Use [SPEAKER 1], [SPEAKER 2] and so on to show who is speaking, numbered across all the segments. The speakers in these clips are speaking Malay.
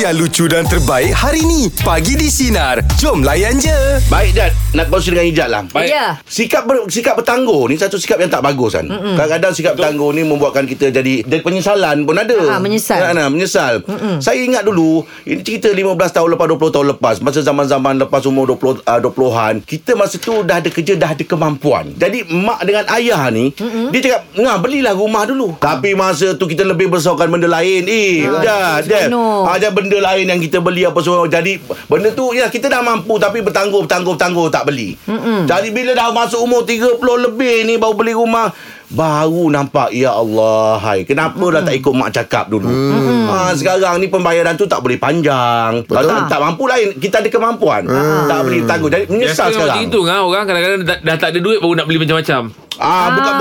[SPEAKER 1] yang lucu dan terbaik hari ni. Pagi di Sinar. Jom layan je.
[SPEAKER 2] Baik Jad Nak kongsi dengan Ijat lah
[SPEAKER 3] Baik.
[SPEAKER 4] Ya.
[SPEAKER 2] Sikap ber, sikap bertangguh ni satu sikap yang tak bagus kan. Mm-mm. Kadang-kadang sikap bertangguh ni membuatkan kita jadi dan penyesalan pun ada.
[SPEAKER 4] Ah, menyesal.
[SPEAKER 2] Ha, nah, menyesal. Mm-mm. Saya ingat dulu ini cerita 15 tahun lepas 20 tahun lepas masa zaman-zaman lepas umur 20 uh, 20-an kita masa tu dah ada kerja dah ada kemampuan. Jadi mak dengan ayah ni Mm-mm. dia cakap ngah belilah rumah dulu. Tapi masa tu kita lebih besarkan benda lain. Eh, ha, dah,
[SPEAKER 4] betul, seronok.
[SPEAKER 2] dah. Ada benda lain yang kita beli apa semua. Jadi benda tu ya kita dah mampu tapi bertangguh bertangguh bertangguh tak beli. Mm-mm. Jadi bila dah masuk umur 30 lebih ni baru beli rumah baru nampak ya Allah hai kenapa mm-hmm. dah tak ikut mak cakap dulu mm-hmm. ha, sekarang ni pembayaran tu tak boleh panjang Betul. tak, tak mampu lain kita ada kemampuan mm. tak boleh tangguh jadi menyesal
[SPEAKER 3] Biasa
[SPEAKER 2] sekarang
[SPEAKER 3] macam itu kan Orang kadang-kadang dah, dah tak ada duit Baru nak beli macam-macam
[SPEAKER 2] ah, bukan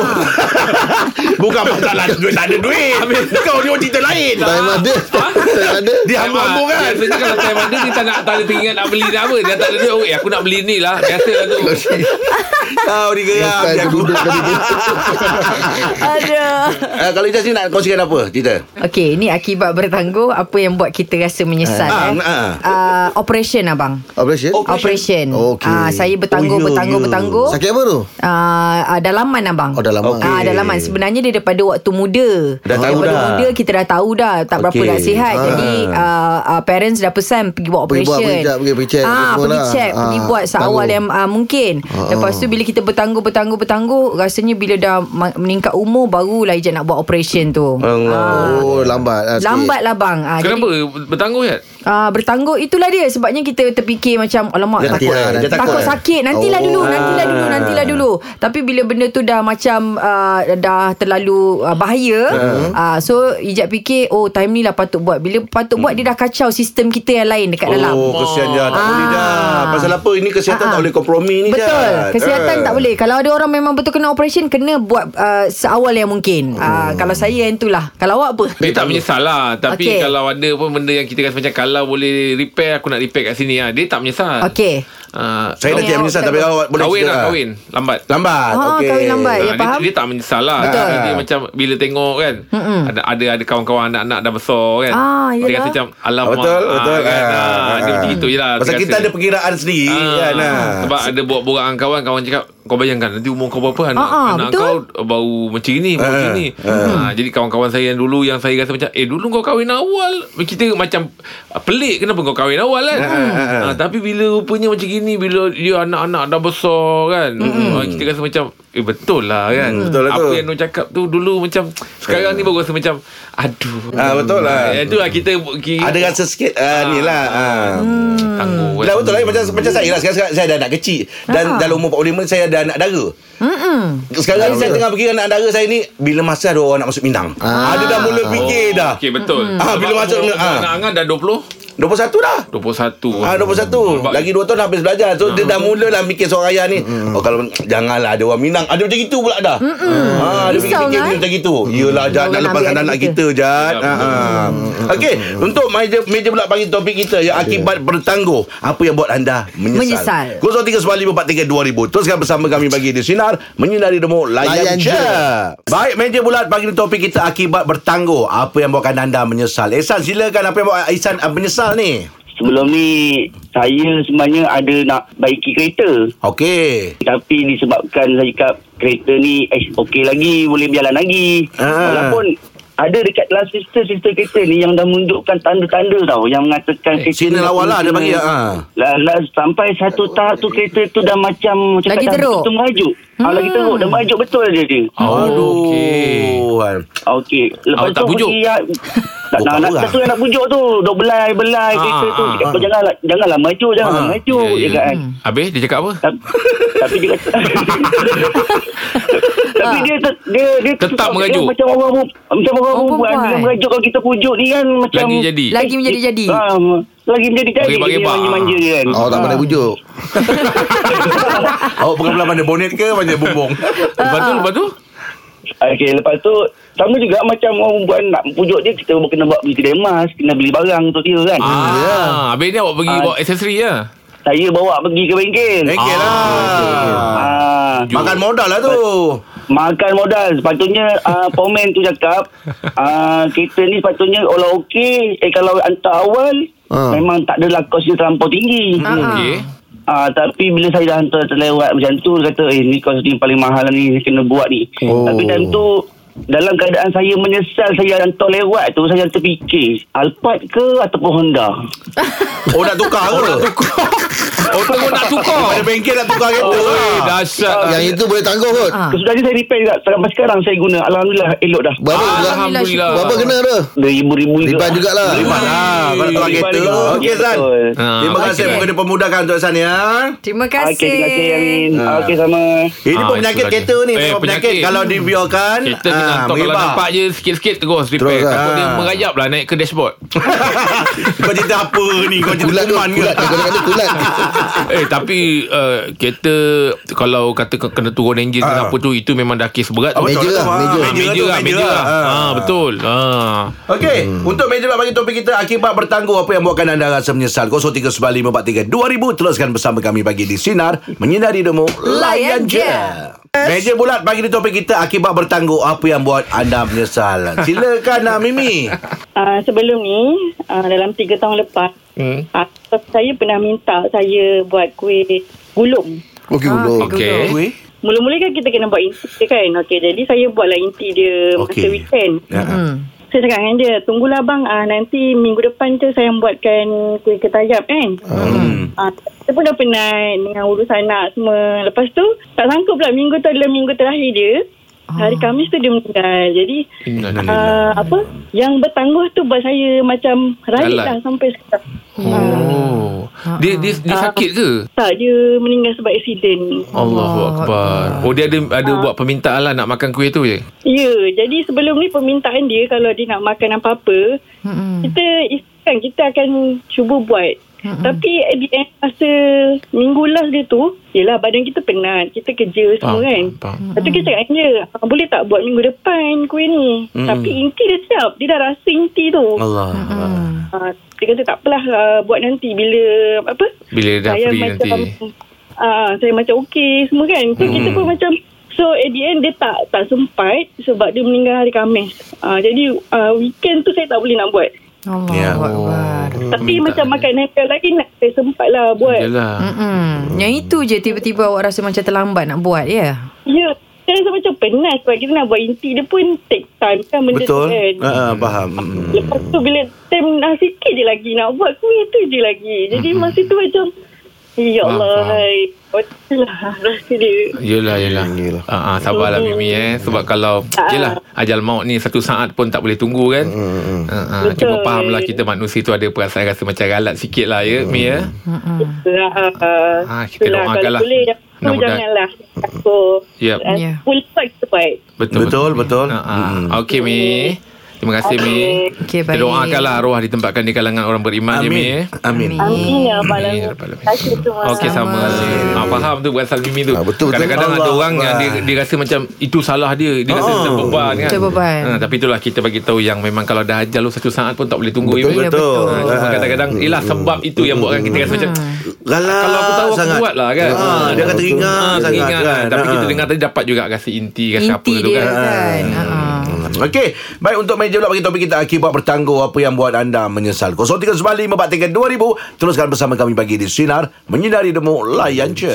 [SPEAKER 2] bukan masalah duit tak ada duit kau ni orang cerita lain
[SPEAKER 5] Time ada Time ada
[SPEAKER 2] dia
[SPEAKER 3] Time
[SPEAKER 2] hamba-hamba
[SPEAKER 3] ah,
[SPEAKER 2] kan
[SPEAKER 3] Ha? Biasanya kalau time ada Kita nak tak ada teringat Nak beli dah apa Dia tak ada duit oh, eh, Aku nak beli ni lah Biasa lah tu
[SPEAKER 2] kau ni geram
[SPEAKER 5] Time
[SPEAKER 2] dia aku
[SPEAKER 5] duduk tadi tu
[SPEAKER 4] Aduh.
[SPEAKER 2] Uh, kalau Ijaz ni nak kongsikan apa cerita?
[SPEAKER 4] Okey, ni akibat bertangguh apa yang buat kita rasa menyesal
[SPEAKER 2] Ah,
[SPEAKER 4] eh.
[SPEAKER 2] ah.
[SPEAKER 4] Ah, operation abang.
[SPEAKER 5] Operation
[SPEAKER 2] Oh,
[SPEAKER 4] Operation.
[SPEAKER 5] Okey.
[SPEAKER 4] Ah, saya bertangguh
[SPEAKER 2] Oh, ya,
[SPEAKER 4] bertangguh
[SPEAKER 2] ya.
[SPEAKER 4] bertangguh.
[SPEAKER 5] Sakit apa tu?
[SPEAKER 4] Ah, ah, dalaman abang.
[SPEAKER 5] Oh, dalaman.
[SPEAKER 4] Ah,
[SPEAKER 2] Okey.
[SPEAKER 4] dalaman. Sebenarnya dia daripada waktu muda.
[SPEAKER 2] Dah tahu
[SPEAKER 4] daripada
[SPEAKER 2] dah.
[SPEAKER 4] muda kita dah tahu dah tak berapa
[SPEAKER 2] Okey.
[SPEAKER 4] nak sihat.
[SPEAKER 5] Ah.
[SPEAKER 4] Jadi ah, ah, parents dah pesan pergi buat
[SPEAKER 5] Pergi buat,
[SPEAKER 4] operation.
[SPEAKER 5] pergi jap, pergi- pergi check
[SPEAKER 4] Ah,
[SPEAKER 5] semua
[SPEAKER 4] pergi
[SPEAKER 5] lah.
[SPEAKER 4] check, pergi
[SPEAKER 5] Ah,
[SPEAKER 4] buat seawal
[SPEAKER 5] tangguh.
[SPEAKER 4] yang ah, mungkin. Lepas tu bila kita bertangguh bertangguh bertangguh, rasanya bila dah ma- meningkat umur barulah Ijat nak buat operation tu.
[SPEAKER 2] Allah.
[SPEAKER 5] Oh lambat lah sikit.
[SPEAKER 4] Lambat lah bang ah,
[SPEAKER 3] Kenapa Bertangguh kan
[SPEAKER 4] Ah bertangguh itulah dia sebabnya kita terfikir macam alamak
[SPEAKER 2] Dia
[SPEAKER 4] takut
[SPEAKER 2] takut, lah,
[SPEAKER 4] takut,
[SPEAKER 2] dia takut.
[SPEAKER 4] sakit nantilah oh,
[SPEAKER 5] Oh,
[SPEAKER 4] dulu nantilah dulu
[SPEAKER 2] ah.
[SPEAKER 4] nantilah dulu tapi bila benda tu dah macam uh, dah terlalu uh, bahaya
[SPEAKER 2] Ah.
[SPEAKER 4] uh, so ijak fikir oh time ni lah patut buat bila patut buat dia dah kacau sistem kita yang lain dekat dalam
[SPEAKER 2] Oh, kesian je. Tak boleh
[SPEAKER 4] Ah.
[SPEAKER 2] dah. Pasal apa? Ini kesihatan
[SPEAKER 4] Ah, ah.
[SPEAKER 2] tak boleh kompromi ni
[SPEAKER 4] Betul
[SPEAKER 2] Jad.
[SPEAKER 4] Kesihatan
[SPEAKER 2] Ah.
[SPEAKER 4] tak boleh Kalau ada orang memang betul kena operation Kena buat uh, seawal yang mungkin uh,
[SPEAKER 2] Hmm.
[SPEAKER 4] Kalau saya yang itulah Kalau awak apa?
[SPEAKER 3] Dia tak menyesal lah Tapi
[SPEAKER 4] Okey.
[SPEAKER 3] okay. kalau ada pun Benda yang kita rasa macam Kalau boleh repair Aku nak repair kat sini ah. Dia tak menyesal
[SPEAKER 4] Okey
[SPEAKER 3] Ah,
[SPEAKER 2] Saya dah tidak
[SPEAKER 4] Okey, awak
[SPEAKER 2] menyesal
[SPEAKER 4] tak
[SPEAKER 2] tapi
[SPEAKER 4] boleh.
[SPEAKER 2] awak boleh
[SPEAKER 3] Kahwin
[SPEAKER 2] cerita
[SPEAKER 3] lah
[SPEAKER 2] lah.
[SPEAKER 3] kahwin Lambat
[SPEAKER 2] Lambat.
[SPEAKER 4] Ah,
[SPEAKER 2] okey.
[SPEAKER 4] kahwin lambat. Ya,
[SPEAKER 3] Ah, dia,
[SPEAKER 4] faham.
[SPEAKER 3] dia tak menyesal lah
[SPEAKER 2] Betul.
[SPEAKER 3] Tapi dia macam Bila tengok kan ada, ada ada kawan-kawan anak-anak dah besar kan
[SPEAKER 4] Ah,
[SPEAKER 3] Dia
[SPEAKER 4] yalah.
[SPEAKER 3] rasa macam Alamak
[SPEAKER 2] Betul,
[SPEAKER 3] ah,
[SPEAKER 2] betul.
[SPEAKER 3] kan,
[SPEAKER 2] Ah,
[SPEAKER 3] ah, Dia
[SPEAKER 2] ah.
[SPEAKER 3] macam itu je lah
[SPEAKER 2] Pasal
[SPEAKER 3] dia
[SPEAKER 2] kita
[SPEAKER 3] rasa.
[SPEAKER 2] ada perkiraan sendiri kan. ah.
[SPEAKER 3] Sebab ada buat-buat dengan kawan Kawan cakap Kau bayangkan Nanti umur kau berapa Anak,
[SPEAKER 4] Ah, ah,
[SPEAKER 3] anak
[SPEAKER 4] betul.
[SPEAKER 3] kau Baru macam ni Baru
[SPEAKER 2] Ah,
[SPEAKER 3] macam ni Ah, Jadi kawan-kawan saya yang dulu Yang saya rasa macam Eh dulu kau kahwin awal Kita macam ah, Pelik kenapa kau kahwin awal kan
[SPEAKER 2] ah,
[SPEAKER 3] Ah, Tapi bila rupanya macam gini Bila dia anak-anak dah besar kan ah, Kita rasa macam Eh betul lah kan
[SPEAKER 2] betul lah
[SPEAKER 3] Apa
[SPEAKER 2] tu.
[SPEAKER 3] yang Nur cakap tu Dulu macam Sekarang ni baru rasa macam Aduh
[SPEAKER 2] Ah, betul lah.
[SPEAKER 3] Ah, Itulah kita, kita
[SPEAKER 2] Ada rasa sikit ah, ni lah. ah.
[SPEAKER 4] Hmm.
[SPEAKER 3] Tangguh kan.
[SPEAKER 2] Dah betul lah macam macam saya lah sekarang, sekarang saya ada anak kecil
[SPEAKER 4] Ah.
[SPEAKER 2] dan dalam umur 45 ni saya ada anak dara. Sekarang ni saya tengah fikir anak dara saya ni bila masa ada orang nak masuk Minang. Ah. Ada dah mula fikir dah.
[SPEAKER 3] Oh, Okey betul.
[SPEAKER 2] Ah,
[SPEAKER 3] Sebab
[SPEAKER 2] bila masuk-
[SPEAKER 3] umur-
[SPEAKER 2] ah.
[SPEAKER 3] Anak Angan dah 20
[SPEAKER 2] 21 dah.
[SPEAKER 3] 21
[SPEAKER 2] Ah 21
[SPEAKER 3] Sebab-
[SPEAKER 2] Lagi 2 tahun dah habis belajar So dia dah mula lah Mikir seorang ayah ni Oh kalau Janganlah ada orang Minang Ada macam itu pula dah ha, Dia
[SPEAKER 4] Risau
[SPEAKER 2] fikir-fikir
[SPEAKER 4] kan?
[SPEAKER 2] macam itu Yelah Jad
[SPEAKER 4] Orang
[SPEAKER 2] Nak
[SPEAKER 4] nak
[SPEAKER 2] lepaskan
[SPEAKER 4] ambil
[SPEAKER 2] anak
[SPEAKER 4] adik
[SPEAKER 2] kita Jad Ah,
[SPEAKER 3] Ya, betul.
[SPEAKER 2] Okay Untuk meja, meja pula bagi topik kita Yang akibat bertangguh Apa yang buat anda
[SPEAKER 4] Menyesal.
[SPEAKER 2] Menyesal 0395432000 Teruskan bersama kami Bagi di Sinar Menyinari demo Layan,
[SPEAKER 5] Layan
[SPEAKER 2] je.
[SPEAKER 5] je.
[SPEAKER 2] Baik meja bulat Bagi ni topik kita Akibat bertangguh Apa yang buatkan anda menyesal Ihsan silakan Apa yang buat Ihsan ah, menyesal ni
[SPEAKER 6] Sebelum ni saya sebenarnya ada nak baiki kereta
[SPEAKER 2] Okey
[SPEAKER 6] tapi disebabkan saya cakap kereta ni eh, okey lagi boleh berjalan lagi.
[SPEAKER 2] Ah.
[SPEAKER 6] Walaupun ada dekat dalam sister-sister kereta ni yang dah menunjukkan tanda-tanda tau yang mengatakan
[SPEAKER 2] Eh, signal
[SPEAKER 6] ni
[SPEAKER 2] awal lah dia
[SPEAKER 6] kena-
[SPEAKER 2] bagi, ah.
[SPEAKER 6] lah, lah, sampai satu tahap tu kereta tu dah macam macam
[SPEAKER 4] Lagi
[SPEAKER 6] kata,
[SPEAKER 4] teruk.
[SPEAKER 6] tu merajuk. Hmm. Ah, lagi teruk dah merajuk betul dia dia.
[SPEAKER 3] Aduh Okey
[SPEAKER 2] Aduh.
[SPEAKER 6] Okey, lepas
[SPEAKER 3] Awak tak
[SPEAKER 6] tu
[SPEAKER 3] pujuk?
[SPEAKER 6] pergi ya, tak
[SPEAKER 2] Bukan
[SPEAKER 6] nak nak
[SPEAKER 2] orang.
[SPEAKER 6] satu yang nak pujuk tu, dok belai belai
[SPEAKER 3] Ah,
[SPEAKER 6] kereta tu.
[SPEAKER 3] ah,
[SPEAKER 6] Cakap, "Kau janganlah janganlah maju, janganlah
[SPEAKER 2] Ah.
[SPEAKER 6] maju.
[SPEAKER 3] Ya, ya.
[SPEAKER 6] Dia kan.
[SPEAKER 3] Habis dia cakap apa?
[SPEAKER 6] Ta- Tapi dia kata Tapi dia te- dia dia
[SPEAKER 3] Tetap
[SPEAKER 6] tetap- dia
[SPEAKER 3] merajuk.
[SPEAKER 6] macam orang peremp- macam orang
[SPEAKER 4] Orang
[SPEAKER 6] perempuan dia
[SPEAKER 4] perempuan.
[SPEAKER 6] merajuk kalau kita pujuk ni kan macam
[SPEAKER 3] Lagi jadi.
[SPEAKER 4] Lagi menjadi-jadi
[SPEAKER 6] Ah, lagi menjadi jadi dia
[SPEAKER 3] Rebah-rebah.
[SPEAKER 6] manja-manja dia kan.
[SPEAKER 5] Oh tak pandai
[SPEAKER 2] Ah.
[SPEAKER 5] bujuk
[SPEAKER 2] Awak pegang belah mana bonet ke mana bumbung?
[SPEAKER 3] Lepas tu lepas tu
[SPEAKER 6] Okey, lepas tu sama juga macam orang perempuan nak pujuk dia kita kena buat beli kedai emas, kena beli barang untuk dia kan.
[SPEAKER 3] Ah,
[SPEAKER 2] ya.
[SPEAKER 3] Habis ni awak pergi
[SPEAKER 6] Ah.
[SPEAKER 3] bawa aksesori ya.
[SPEAKER 2] Eh,
[SPEAKER 3] Ah,
[SPEAKER 6] Saya bawa pergi ke bengkel.
[SPEAKER 2] Engkel lah.
[SPEAKER 6] Ah.
[SPEAKER 2] Makan modal lah tu.
[SPEAKER 6] Makan modal Sepatutnya uh, Pomen tu cakap uh, Kita ni sepatutnya Kalau okey Eh kalau hantar awal
[SPEAKER 5] Ah.
[SPEAKER 6] Memang tak adalah kos dia terlampau tinggi
[SPEAKER 4] Ah.
[SPEAKER 3] Okey.
[SPEAKER 6] Ah, tapi bila saya dah hantar terlewat macam tu dia kata eh ni kos ni paling mahal lah ni saya kena buat ni.
[SPEAKER 5] Oh.
[SPEAKER 6] Oh. Tapi time tu dalam keadaan saya menyesal saya hantar lewat tu saya terfikir Alphard ke ataupun Honda.
[SPEAKER 2] Oh nak tukar ke?
[SPEAKER 3] Oh, tengok nak tukar.
[SPEAKER 2] Ada bengkel nak tukar kereta.
[SPEAKER 3] Oi,
[SPEAKER 2] lah.
[SPEAKER 3] dahsyat.
[SPEAKER 5] Yang itu boleh tangguh kot.
[SPEAKER 4] Ah.
[SPEAKER 6] Kesudahannya saya repair juga sampai sekarang saya guna alhamdulillah elok dah.
[SPEAKER 5] Berapa
[SPEAKER 4] Alhamdulillah.
[SPEAKER 5] berapa-
[SPEAKER 3] Alhamdulillah.
[SPEAKER 5] berapa kena tu?
[SPEAKER 6] Ribu-ribu
[SPEAKER 5] Libat jugalah.
[SPEAKER 2] Terima lah. Kau nak tukar kereta. Okey San.
[SPEAKER 3] Ha,
[SPEAKER 2] Terima kasih
[SPEAKER 4] okey.
[SPEAKER 2] mengenai pemudahkan untuk San ya.
[SPEAKER 4] Terima kasih.
[SPEAKER 6] Okey, terima kasih Amin. Okey sama.
[SPEAKER 2] Ini
[SPEAKER 3] Ah,
[SPEAKER 2] pun penyakit
[SPEAKER 3] itu lagi.
[SPEAKER 2] kereta ni.
[SPEAKER 3] Eh,
[SPEAKER 2] Memang penyakit.
[SPEAKER 3] penyakit.
[SPEAKER 2] Kalau dibiarkan.
[SPEAKER 3] Kita
[SPEAKER 2] ah,
[SPEAKER 3] tengah hantar kalau
[SPEAKER 2] mengibar.
[SPEAKER 3] nampak je sikit-sikit terus repair.
[SPEAKER 5] Terus, ah.
[SPEAKER 3] Takut dia merayap lah naik ke dashboard.
[SPEAKER 2] Kau cerita apa ni? Kau cerita
[SPEAKER 5] Kulat tu,
[SPEAKER 2] kuman ke?
[SPEAKER 5] kulat. Kau cakap tu kulat.
[SPEAKER 3] eh tapi uh, kereta kalau kata ke- kena turun enjin
[SPEAKER 2] Ah.
[SPEAKER 3] uh. apa tu itu memang dah kes berat.
[SPEAKER 2] Apa
[SPEAKER 3] tu.
[SPEAKER 5] Meja
[SPEAKER 2] tu,
[SPEAKER 5] lah,
[SPEAKER 2] ah?
[SPEAKER 5] meja.
[SPEAKER 3] meja lah, meja lah.
[SPEAKER 2] Ah.
[SPEAKER 3] Ha, betul. Ha.
[SPEAKER 2] Okey, hmm. untuk meja pula bagi topik kita akibat bertangguh apa yang buatkan anda rasa menyesal. 0395432000 teruskan bersama kami bagi di sinar menyinari demo
[SPEAKER 4] Layan je.
[SPEAKER 2] Meja bulat bagi di topik kita akibat bertangguh apa yang buat anda menyesal. Silakan ah, Mimi.
[SPEAKER 7] Uh, sebelum ni uh, dalam tiga tahun lepas hmm. uh, saya pernah minta saya buat kuih gulung
[SPEAKER 5] Okey
[SPEAKER 3] Ah,
[SPEAKER 5] gulung.
[SPEAKER 3] Okey.
[SPEAKER 2] Weh.
[SPEAKER 7] mula-mula kan kita kena buat inti dia kan okay, jadi saya buatlah inti dia okay. masa
[SPEAKER 2] Okey.
[SPEAKER 7] weekend
[SPEAKER 2] Ya.
[SPEAKER 7] saya cakap dengan dia tunggulah bang uh, nanti minggu depan je saya buatkan kuih ketayap kan
[SPEAKER 2] Hmm.
[SPEAKER 7] Ah, kita pun dah penat dengan urus anak semua. Lepas tu, tak sanggup pula minggu tu adalah minggu terakhir dia. Hari Khamis tu dia meninggal. Jadi, uh, apa yang bertangguh tu buat saya macam raih
[SPEAKER 3] Alat.
[SPEAKER 7] lah sampai sekarang.
[SPEAKER 3] Oh. Dia dia, dia sakit ke?
[SPEAKER 7] Tak, dia meninggal sebab aksiden.
[SPEAKER 3] Allahu akbar. Oh dia ada ada buat permintaan lah nak makan kuih tu je.
[SPEAKER 7] Ya, jadi sebelum ni permintaan dia kalau dia nak makan apa-apa,
[SPEAKER 3] Hmm.
[SPEAKER 4] Mm-mm.
[SPEAKER 7] kita kan kita akan cuba buat.
[SPEAKER 3] Hmm.
[SPEAKER 7] Tapi at the end masa minggu last dia tu, yelah badan kita penat, kita kerja semua kan.
[SPEAKER 3] faham.
[SPEAKER 7] Lepas tu kita cakap dengan dia "Ah, Boleh tak buat minggu depan kuih ni
[SPEAKER 3] Hmm.
[SPEAKER 2] Mm-mm.
[SPEAKER 7] Tapi inti dia siap Dia dah rasa inti tu
[SPEAKER 2] Allah.
[SPEAKER 7] Ah, Dia kata tak apalah ah, Buat nanti bila Apa
[SPEAKER 3] Bila dah free nanti. Hmm.
[SPEAKER 7] ah, Saya macam okey Semua kan So kita pun macam So at the end dia tak tak sempat Sebab dia meninggal hari Khamis Ah, Jadi ah, weekend tu saya tak boleh nak buat
[SPEAKER 4] Allah
[SPEAKER 2] Ya.
[SPEAKER 4] Akbar.
[SPEAKER 7] Tapi macam makan naikal lagi nak, Saya sempat lah buat
[SPEAKER 3] Hmm, Yalah.
[SPEAKER 4] Hmm. Mm-mm. Yang itu je tiba-tiba awak rasa macam terlambat nak buat ya.
[SPEAKER 7] Ya Saya rasa macam penat Sebab kita nak buat inti Dia pun take time kan Benda tu
[SPEAKER 2] Betul.
[SPEAKER 7] kan
[SPEAKER 2] Ha ah, faham. Hmm.
[SPEAKER 7] Lepas tu bila time dah sikit je lagi nak buat kuih tu je lagi. Jadi mm-hmm. masa tu macam Ya
[SPEAKER 3] Hmm. Faham,
[SPEAKER 7] Allah
[SPEAKER 3] faham.
[SPEAKER 7] hai. Betulah rasa dia.
[SPEAKER 3] Yelah yelah.
[SPEAKER 5] Yelah.
[SPEAKER 3] Ah ah, sabarlah Mimi
[SPEAKER 2] Ah,
[SPEAKER 3] eh sebab kalau yelah ajal maut ni satu saat pun tak boleh tunggu kan.
[SPEAKER 2] Mm,
[SPEAKER 5] Hmm.
[SPEAKER 3] Ha ah, cuma
[SPEAKER 7] Betul.
[SPEAKER 3] fahamlah kita manusia tu ada perasaan rasa macam ralat sikit lah ya
[SPEAKER 2] Mm,
[SPEAKER 3] Mi ya.
[SPEAKER 4] Mm-mm.
[SPEAKER 7] Uh, uh,
[SPEAKER 3] Ah, kita doakan
[SPEAKER 7] kalau
[SPEAKER 3] lah.
[SPEAKER 7] boleh yang tu
[SPEAKER 3] Mudah-mudahan.
[SPEAKER 7] janganlah takut.
[SPEAKER 3] Yep.
[SPEAKER 7] Uh,
[SPEAKER 4] Ya.
[SPEAKER 7] yeah. Full buat kita buat.
[SPEAKER 3] Betul
[SPEAKER 2] Betul, betul. Mm,
[SPEAKER 3] Ha ah.
[SPEAKER 2] Mm-mm.
[SPEAKER 3] Okey Mi. Terima kasih Mi.
[SPEAKER 4] Okey,
[SPEAKER 3] Kita
[SPEAKER 4] baik.
[SPEAKER 3] doakanlah arwah ditempatkan di kalangan orang beriman ya Mi eh.
[SPEAKER 2] Amin. Amin.
[SPEAKER 4] Mm.
[SPEAKER 7] Amin ya Rabbal
[SPEAKER 3] Amin,
[SPEAKER 7] Alamin.
[SPEAKER 3] Rabbal Alamin.
[SPEAKER 7] Terima kasih semua.
[SPEAKER 3] Okey sama. Ah, faham tu perasaan Mimi tu.
[SPEAKER 5] Ah, betul, betul.
[SPEAKER 3] Kadang-kadang ada
[SPEAKER 2] Allah
[SPEAKER 3] orang yang dia,
[SPEAKER 2] Akbar.
[SPEAKER 3] dia rasa macam itu salah dia. Dia rasa
[SPEAKER 2] Oh.
[SPEAKER 3] terbeban kan.
[SPEAKER 4] Terbeban.
[SPEAKER 3] Ah, tapi itulah kita bagi tahu yang memang kalau dah ajal tu satu saat pun tak boleh tunggu.
[SPEAKER 5] Betul,
[SPEAKER 3] Mimi.
[SPEAKER 2] betul.
[SPEAKER 3] Ah, cuma
[SPEAKER 2] Ah.
[SPEAKER 3] kadang-kadang ialah sebab itu yang buatkan kita rasa macam "Ah,
[SPEAKER 2] Galak
[SPEAKER 3] kalau aku tahu aku
[SPEAKER 2] sangat.
[SPEAKER 3] buat lah kan.
[SPEAKER 2] Ah, dia akan teringat
[SPEAKER 3] Ah,
[SPEAKER 2] sangat
[SPEAKER 3] teringat
[SPEAKER 2] kan.
[SPEAKER 3] kan. Tapi
[SPEAKER 2] Ah.
[SPEAKER 3] kita dengar tadi dapat juga rasa inti rasa apa
[SPEAKER 4] Inti
[SPEAKER 3] tu
[SPEAKER 4] dia
[SPEAKER 3] kan.
[SPEAKER 4] kan.
[SPEAKER 2] Ah.
[SPEAKER 4] Ha.
[SPEAKER 2] Hmm. Okey, baik untuk meja pula bagi topik kita akibat bertangguh apa yang buat anda menyesal. 0395432000 teruskan bersama kami bagi di sinar menyinari demo layan je.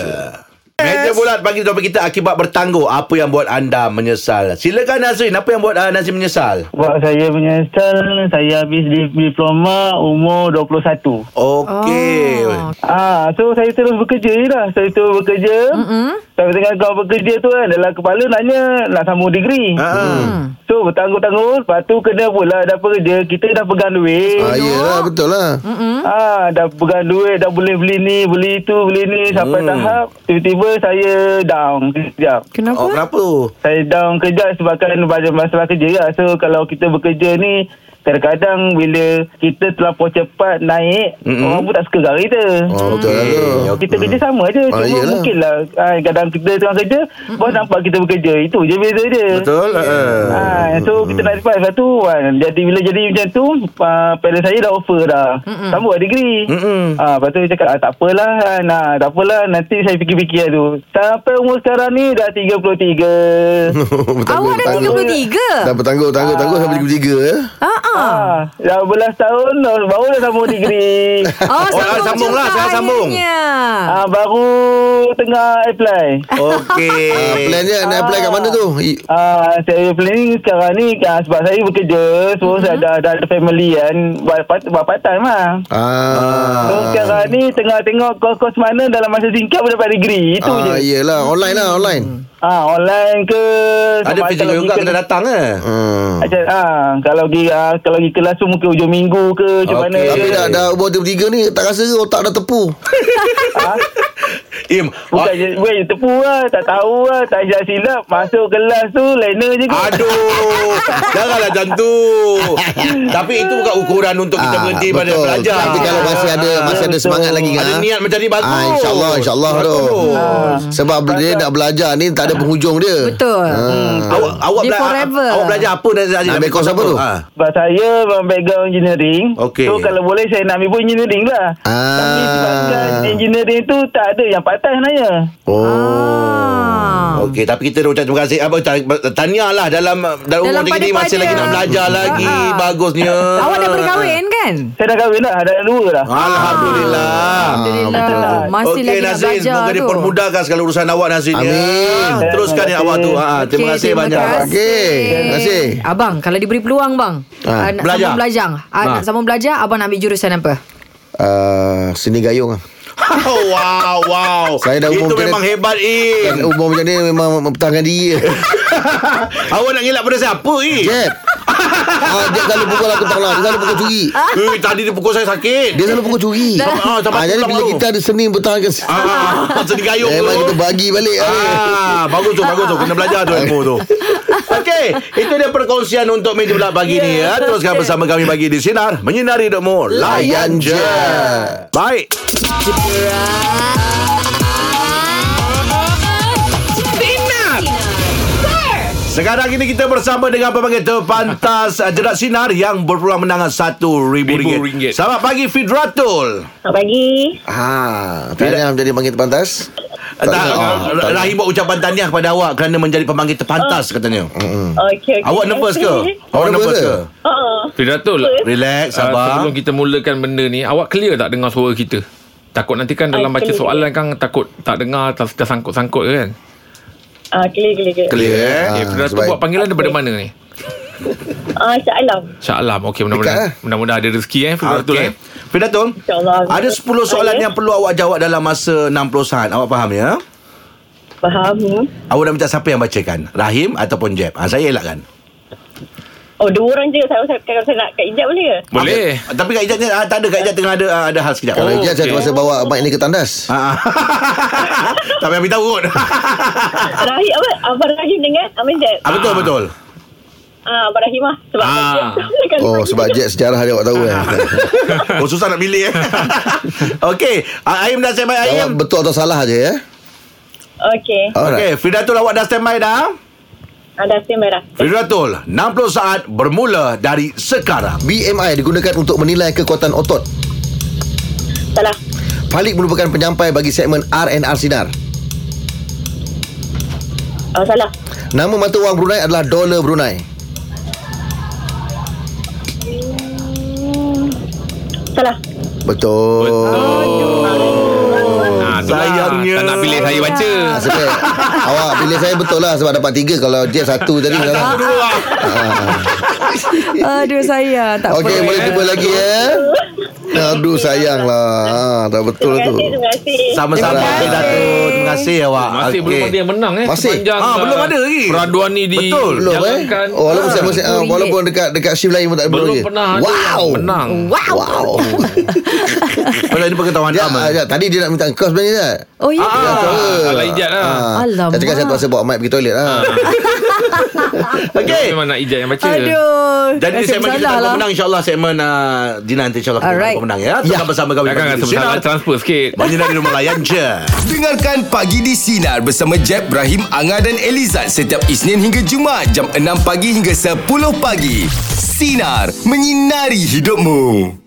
[SPEAKER 2] Meja bulat bagi topik kita akibat bertangguh apa yang buat anda menyesal. Silakan Nazrin, apa yang buat uh, Nazrin menyesal?
[SPEAKER 6] Sebab saya menyesal saya habis di- diploma umur 21.
[SPEAKER 2] Okey.
[SPEAKER 4] Oh.
[SPEAKER 6] Ah, so saya terus bekerja je lah. Saya terus bekerja. Mm-hmm.
[SPEAKER 4] Hmm?
[SPEAKER 6] Sampai tengah kau bekerja tu kan, dalam kepala naknya nak sambung degree.
[SPEAKER 2] Ha.
[SPEAKER 6] So bertangguh-tangguh, lepas tu kena pula dah kerja, kita dah pegang duit.
[SPEAKER 5] Ah, yelah, betul lah.
[SPEAKER 6] Ah, dah pegang duit, dah boleh beli ni, beli tu, beli ni sampai
[SPEAKER 2] Hmm.
[SPEAKER 6] tahap tiba-tiba saya down kejap.
[SPEAKER 4] Kenapa?
[SPEAKER 2] Oh, kenapa?
[SPEAKER 6] Saya down kejap sebabkan banyak masalah kerja lah. So kalau kita bekerja ni kadang-kadang bila kita terlampau cepat naik mm-hmm. orang pun tak suka kat kita
[SPEAKER 5] Oh, betul lah tu.
[SPEAKER 2] Okay.
[SPEAKER 6] kita kerja sama je
[SPEAKER 5] Ah,
[SPEAKER 6] cuma
[SPEAKER 5] iyalah.
[SPEAKER 6] mungkin lah ah, kadang kita tengah kerja bos nampak kita bekerja itu je beza dia
[SPEAKER 2] Betul.
[SPEAKER 5] eh.
[SPEAKER 2] Uh.
[SPEAKER 6] Ha, so kita nak advice satu kan. Jadi bila jadi macam tu uh, parents saya dah offer dah. Mm-mm. Sambut degree.
[SPEAKER 2] Mm-mm.
[SPEAKER 6] Ah, lepas tu dia cakap ah, tak apalah kan. Ah, tak apalah nanti saya fikir-fikir lah tu. Sampai umur sekarang ni dah 33.
[SPEAKER 4] Awak dah 33?
[SPEAKER 5] bertanggung. Dah bertanggung, tanggung, tanggung sampai 33 eh.
[SPEAKER 4] Ah ah.
[SPEAKER 6] ah, dah belas tahun dah, baru dah sambung degree.
[SPEAKER 4] Oh,
[SPEAKER 2] Oh, ah, sambung lah,
[SPEAKER 4] juga
[SPEAKER 2] sekarang sambung.
[SPEAKER 4] akhirnya.
[SPEAKER 6] ah, baru tengah apply.
[SPEAKER 2] Okey.
[SPEAKER 5] Ah, plan dia nak apply kat mana tu? I-
[SPEAKER 6] Ah, saya planning sekarang ni ah, sebab saya bekerja so mm-hmm. saya dah, dah ada family kan buat part, buat part time lah
[SPEAKER 5] Ah.
[SPEAKER 6] So sekarang ni tengah tengok kos-kos mana dalam masa singkat boleh dapat degree. Itu
[SPEAKER 5] Ah,
[SPEAKER 6] je.
[SPEAKER 5] iyalah, online lah, online.
[SPEAKER 4] Mm.
[SPEAKER 6] Ah online ke
[SPEAKER 2] Ada
[SPEAKER 6] sama
[SPEAKER 2] kerja
[SPEAKER 6] kalau
[SPEAKER 2] juga
[SPEAKER 6] pergi
[SPEAKER 2] kena datang eh.
[SPEAKER 5] Hmm.
[SPEAKER 6] Macam ah kalau pergi ah, kalau pergi kelas tu mungkin hujung minggu ke macam
[SPEAKER 2] Okey.
[SPEAKER 6] mana.
[SPEAKER 2] Eh.
[SPEAKER 5] Tapi dah, dah umur 33 ni tak rasa ke otak dah tepu?
[SPEAKER 2] Im. ah.
[SPEAKER 6] Bukan je, weh tepu lah, tak tahu lah, tak silap-silap. Masuk kelas tu, liner je kot.
[SPEAKER 2] Aduh Janganlah macam tu Tapi itu bukan ukuran Untuk kita
[SPEAKER 5] Ah,
[SPEAKER 2] berhenti pada
[SPEAKER 5] betul.
[SPEAKER 2] belajar Ah.
[SPEAKER 5] Tapi kalau masih ada masih ada
[SPEAKER 6] betul.
[SPEAKER 5] semangat lagi kan.
[SPEAKER 2] Ada niat macam ni bagus
[SPEAKER 5] Ah, insyaallah insyaallah tu.
[SPEAKER 2] Bagus.
[SPEAKER 5] Ah. Sebab dia nak belajar ni tak
[SPEAKER 2] Ah.
[SPEAKER 5] ada penghujung dia.
[SPEAKER 4] Betul.
[SPEAKER 2] Awak awak
[SPEAKER 4] Dia
[SPEAKER 2] bela-
[SPEAKER 4] forever.
[SPEAKER 2] awak belajar apa dan
[SPEAKER 5] Nak ambil course apa tu?
[SPEAKER 2] Ah.
[SPEAKER 6] Sebab saya memang background engineering.
[SPEAKER 2] Okey.
[SPEAKER 6] So kalau boleh saya nak ambil pun engineering lah.
[SPEAKER 5] Ah.
[SPEAKER 6] Tapi sebabkan engineering tu tak ada yang part time sebenarnya.
[SPEAKER 4] Ah.
[SPEAKER 2] Okey, tapi kita dah ucap terima kasih apa tanya lah dalam dalam umur
[SPEAKER 4] Dalam
[SPEAKER 2] tinggi ni masih
[SPEAKER 4] pada-pada.
[SPEAKER 2] lagi nak belajar lagi.
[SPEAKER 4] Ah.
[SPEAKER 2] Bagusnya.
[SPEAKER 4] Awak dah berkahwin kan?
[SPEAKER 6] Saya dah kahwin dah, dah ada dua dah.
[SPEAKER 2] Alhamdulillah. Ah,
[SPEAKER 4] Alhamdulillah. Ah. Masih
[SPEAKER 2] Okey,
[SPEAKER 4] lagi nak
[SPEAKER 2] Nazrin,
[SPEAKER 4] belajar
[SPEAKER 2] semoga
[SPEAKER 4] tu.
[SPEAKER 2] dipermudahkan segala urusan awak Nazrin. ya.
[SPEAKER 5] Amin.
[SPEAKER 2] Teruskan yang
[SPEAKER 6] Terima
[SPEAKER 2] awak tu.
[SPEAKER 6] kasih.
[SPEAKER 2] Ha, ha, terima
[SPEAKER 4] Okey,
[SPEAKER 2] kasih banyak.
[SPEAKER 5] kasih. Okey, terima kasih.
[SPEAKER 4] Abang, kalau diberi peluang bang,
[SPEAKER 5] Ah,
[SPEAKER 4] ah, nak
[SPEAKER 2] belajar.
[SPEAKER 4] sambung belajar. Ah,
[SPEAKER 3] Ah.
[SPEAKER 4] Nak sambung belajar, abang nak ambil jurusan apa?
[SPEAKER 5] Ah, seni gayung ah.
[SPEAKER 2] wow, wow.
[SPEAKER 5] Saya dah
[SPEAKER 2] Itu
[SPEAKER 5] umum kena-
[SPEAKER 2] memang hebat, Im.
[SPEAKER 5] Umur macam ni memang mempertahankan diri.
[SPEAKER 2] awak nak ngelak pada siapa, eh? Im?
[SPEAKER 5] Jeb. Ah, dia selalu pukul aku tak lah. Dia selalu pukul curi.
[SPEAKER 2] Eh, tadi dia pukul saya sakit.
[SPEAKER 5] Dia selalu pukul curi.
[SPEAKER 2] Ah, sampai
[SPEAKER 5] Ah, jadi
[SPEAKER 2] tulang
[SPEAKER 5] bila
[SPEAKER 2] tu.
[SPEAKER 5] kita ada seni mempertahankan
[SPEAKER 2] Ah, pasal dia gayung
[SPEAKER 5] Memang
[SPEAKER 2] tu.
[SPEAKER 5] kita Eh, bagi balik ah.
[SPEAKER 2] Ah, bagus tu, bagus tu. Kena belajar tu ilmu tu. Okey, itu dia perkongsian untuk media bulat pagi ni ya. Teruskan bersama kami bagi di Sinar. Menyinari hidupmu. Layan je. Baik. Sekarang ini kita bersama dengan pemanggil terpantas eh, Jerat Sinar yang berpeluang menangan RM1,000.
[SPEAKER 3] Ribu ringgit.
[SPEAKER 2] Selamat pagi Fidratul.
[SPEAKER 7] Selamat pagi.
[SPEAKER 5] Ha, tanya menjadi panggil pantas.
[SPEAKER 2] Tak, tak,
[SPEAKER 5] ah, tak-
[SPEAKER 2] Rahim buat ucapan tahniah kepada awak kerana menjadi pemanggil terpantas katanya.
[SPEAKER 7] Okey, Ah. okey.
[SPEAKER 2] Awak nervous ke? Awak
[SPEAKER 5] Awak
[SPEAKER 2] nervous
[SPEAKER 5] nervous
[SPEAKER 2] ke?
[SPEAKER 7] Oh,
[SPEAKER 3] Fidatul
[SPEAKER 2] Relax,
[SPEAKER 3] Uh,
[SPEAKER 2] sabar.
[SPEAKER 3] sebelum kita mulakan benda ni Awak clear tak dengar suara kita? Takut nanti kan dalam
[SPEAKER 7] Ah,
[SPEAKER 3] baca
[SPEAKER 7] clear.
[SPEAKER 3] soalan kan Takut tak dengar tak, Dah sangkut-sangkut ke kan
[SPEAKER 7] ah, clear, clear, clear.
[SPEAKER 2] Clear eh?
[SPEAKER 5] Ah,
[SPEAKER 3] Okay, Fidatul
[SPEAKER 5] sebab-
[SPEAKER 3] buat panggilan daripada mana ni?
[SPEAKER 7] Ah, Insya Allah.
[SPEAKER 3] Shah Alam Okay
[SPEAKER 5] Dekat, eh?
[SPEAKER 3] mudah-mudahan Mudah-mudahan ada rezeki eh Fidatul
[SPEAKER 2] Ah, Okey.
[SPEAKER 3] eh
[SPEAKER 2] Fidatul,
[SPEAKER 7] InsyaAllah.
[SPEAKER 2] ada 10 soalan
[SPEAKER 7] Okey.
[SPEAKER 2] yang perlu awak jawab dalam masa 60 saat. Awak faham ya?
[SPEAKER 7] Faham.
[SPEAKER 2] Awak nak minta siapa yang bacakan? Rahim ataupun Jeb? Ha, saya elakkan.
[SPEAKER 7] Oh, dua orang je. Saya, saya, kalau saya nak kat ijab boleh ke?
[SPEAKER 3] Boleh
[SPEAKER 2] Ah, tapi Kak Ijat ni ah, tak ada. Kak Ijat tengah ada ah, ada hal sekejap. Oh.
[SPEAKER 5] Kalau
[SPEAKER 2] Ah.
[SPEAKER 5] dia saya
[SPEAKER 3] okey.
[SPEAKER 5] terpaksa bawa mic ni ke tandas.
[SPEAKER 2] tak payah beritahu kot.
[SPEAKER 7] Rahim, apa? Abang Rahim dengan Abang Jeb.
[SPEAKER 2] ah, betul, betul.
[SPEAKER 7] Ah, Abang Rahim lah. Sebab
[SPEAKER 3] Ah.
[SPEAKER 7] ah.
[SPEAKER 5] Oh, sebab jet sejarah dia awak tahu kan.
[SPEAKER 2] Oh, susah nak pilih eh. Okey. Ah, Aim dah standby Aim.
[SPEAKER 5] Jawab betul atau salah je ya.
[SPEAKER 7] Okey.
[SPEAKER 5] Alright.
[SPEAKER 2] Okey, Fidatul awak dah standby dah.
[SPEAKER 7] Ada sim merah.
[SPEAKER 2] Fidatul, 60 saat bermula dari sekarang.
[SPEAKER 5] BMI digunakan untuk menilai kekuatan otot.
[SPEAKER 7] Salah.
[SPEAKER 5] Falik merupakan penyampai bagi segmen RNR Sinar.
[SPEAKER 7] Oh, salah.
[SPEAKER 5] Nama mata wang Brunei adalah dolar Brunei.
[SPEAKER 7] Salah.
[SPEAKER 5] Betul.
[SPEAKER 3] Ah, tu lah.
[SPEAKER 2] Oh, Sayangnya.
[SPEAKER 3] Tak nak pilih saya baca
[SPEAKER 5] Sebab awak pilih saya betul lah sebab dapat tiga kalau jet satu tadi. salah.
[SPEAKER 2] Ah.
[SPEAKER 4] Aduh saya tak
[SPEAKER 5] Okey, boleh jumpa lagi ya. Aduh sayang lah ha, Tak betul tu
[SPEAKER 7] Terima kasih, terima kasih.
[SPEAKER 2] Sama-sama
[SPEAKER 5] Terima kasih.
[SPEAKER 2] Datuk. Terima kasih awak.
[SPEAKER 3] Ah,
[SPEAKER 2] Ah,
[SPEAKER 3] Masih
[SPEAKER 2] Okey.
[SPEAKER 3] belum ada yang menang eh
[SPEAKER 5] Masih?
[SPEAKER 3] Sepanjang,
[SPEAKER 2] Ah, belum ada lagi.
[SPEAKER 3] Peraduan ni di
[SPEAKER 2] Betul.
[SPEAKER 5] Belum eh
[SPEAKER 3] jalankan.
[SPEAKER 5] oh, Walaupun, saya, saya, ah,
[SPEAKER 4] RM10.
[SPEAKER 5] walaupun dekat dekat shift lain pun tak
[SPEAKER 3] Belum
[SPEAKER 5] lagi.
[SPEAKER 3] pernah ada
[SPEAKER 5] Wow
[SPEAKER 3] yang menang
[SPEAKER 4] Wow.
[SPEAKER 5] Wow
[SPEAKER 2] Kalau ini pengetahuan
[SPEAKER 5] Ya,
[SPEAKER 2] aman.
[SPEAKER 5] ah, ya, tadi dia nak minta kau sebenarnya tak?
[SPEAKER 4] Oh ya.
[SPEAKER 3] Ah,
[SPEAKER 5] Ah,
[SPEAKER 3] Alah ijat lah
[SPEAKER 2] Ah.
[SPEAKER 5] Saya Ah. cakap
[SPEAKER 4] Alamak.
[SPEAKER 5] saya terpaksa bawa mic pergi toilet lah.
[SPEAKER 2] Okey.
[SPEAKER 3] Memang nak ijat yang baca
[SPEAKER 4] Aduh.
[SPEAKER 2] Jadi di
[SPEAKER 4] Nasib
[SPEAKER 2] segmen kita
[SPEAKER 4] bersalah
[SPEAKER 2] akan
[SPEAKER 4] lah.
[SPEAKER 2] pemenang insyaAllah segmen uh, Dina nanti insyaAllah kita
[SPEAKER 4] Alright.
[SPEAKER 2] akan pemenang ya. Tetap bersama kami.
[SPEAKER 3] Takkan
[SPEAKER 2] Pagi
[SPEAKER 3] rasa
[SPEAKER 2] di Sinar.
[SPEAKER 3] bersalah Transfer sikit
[SPEAKER 2] Menyinari rumah layan je.
[SPEAKER 1] Dengarkan Pagi di Sinar bersama Jeb, Ibrahim, Anga dan Elizad setiap Isnin hingga Jumaat jam 6 pagi hingga 10 pagi. Sinar, menyinari hidupmu.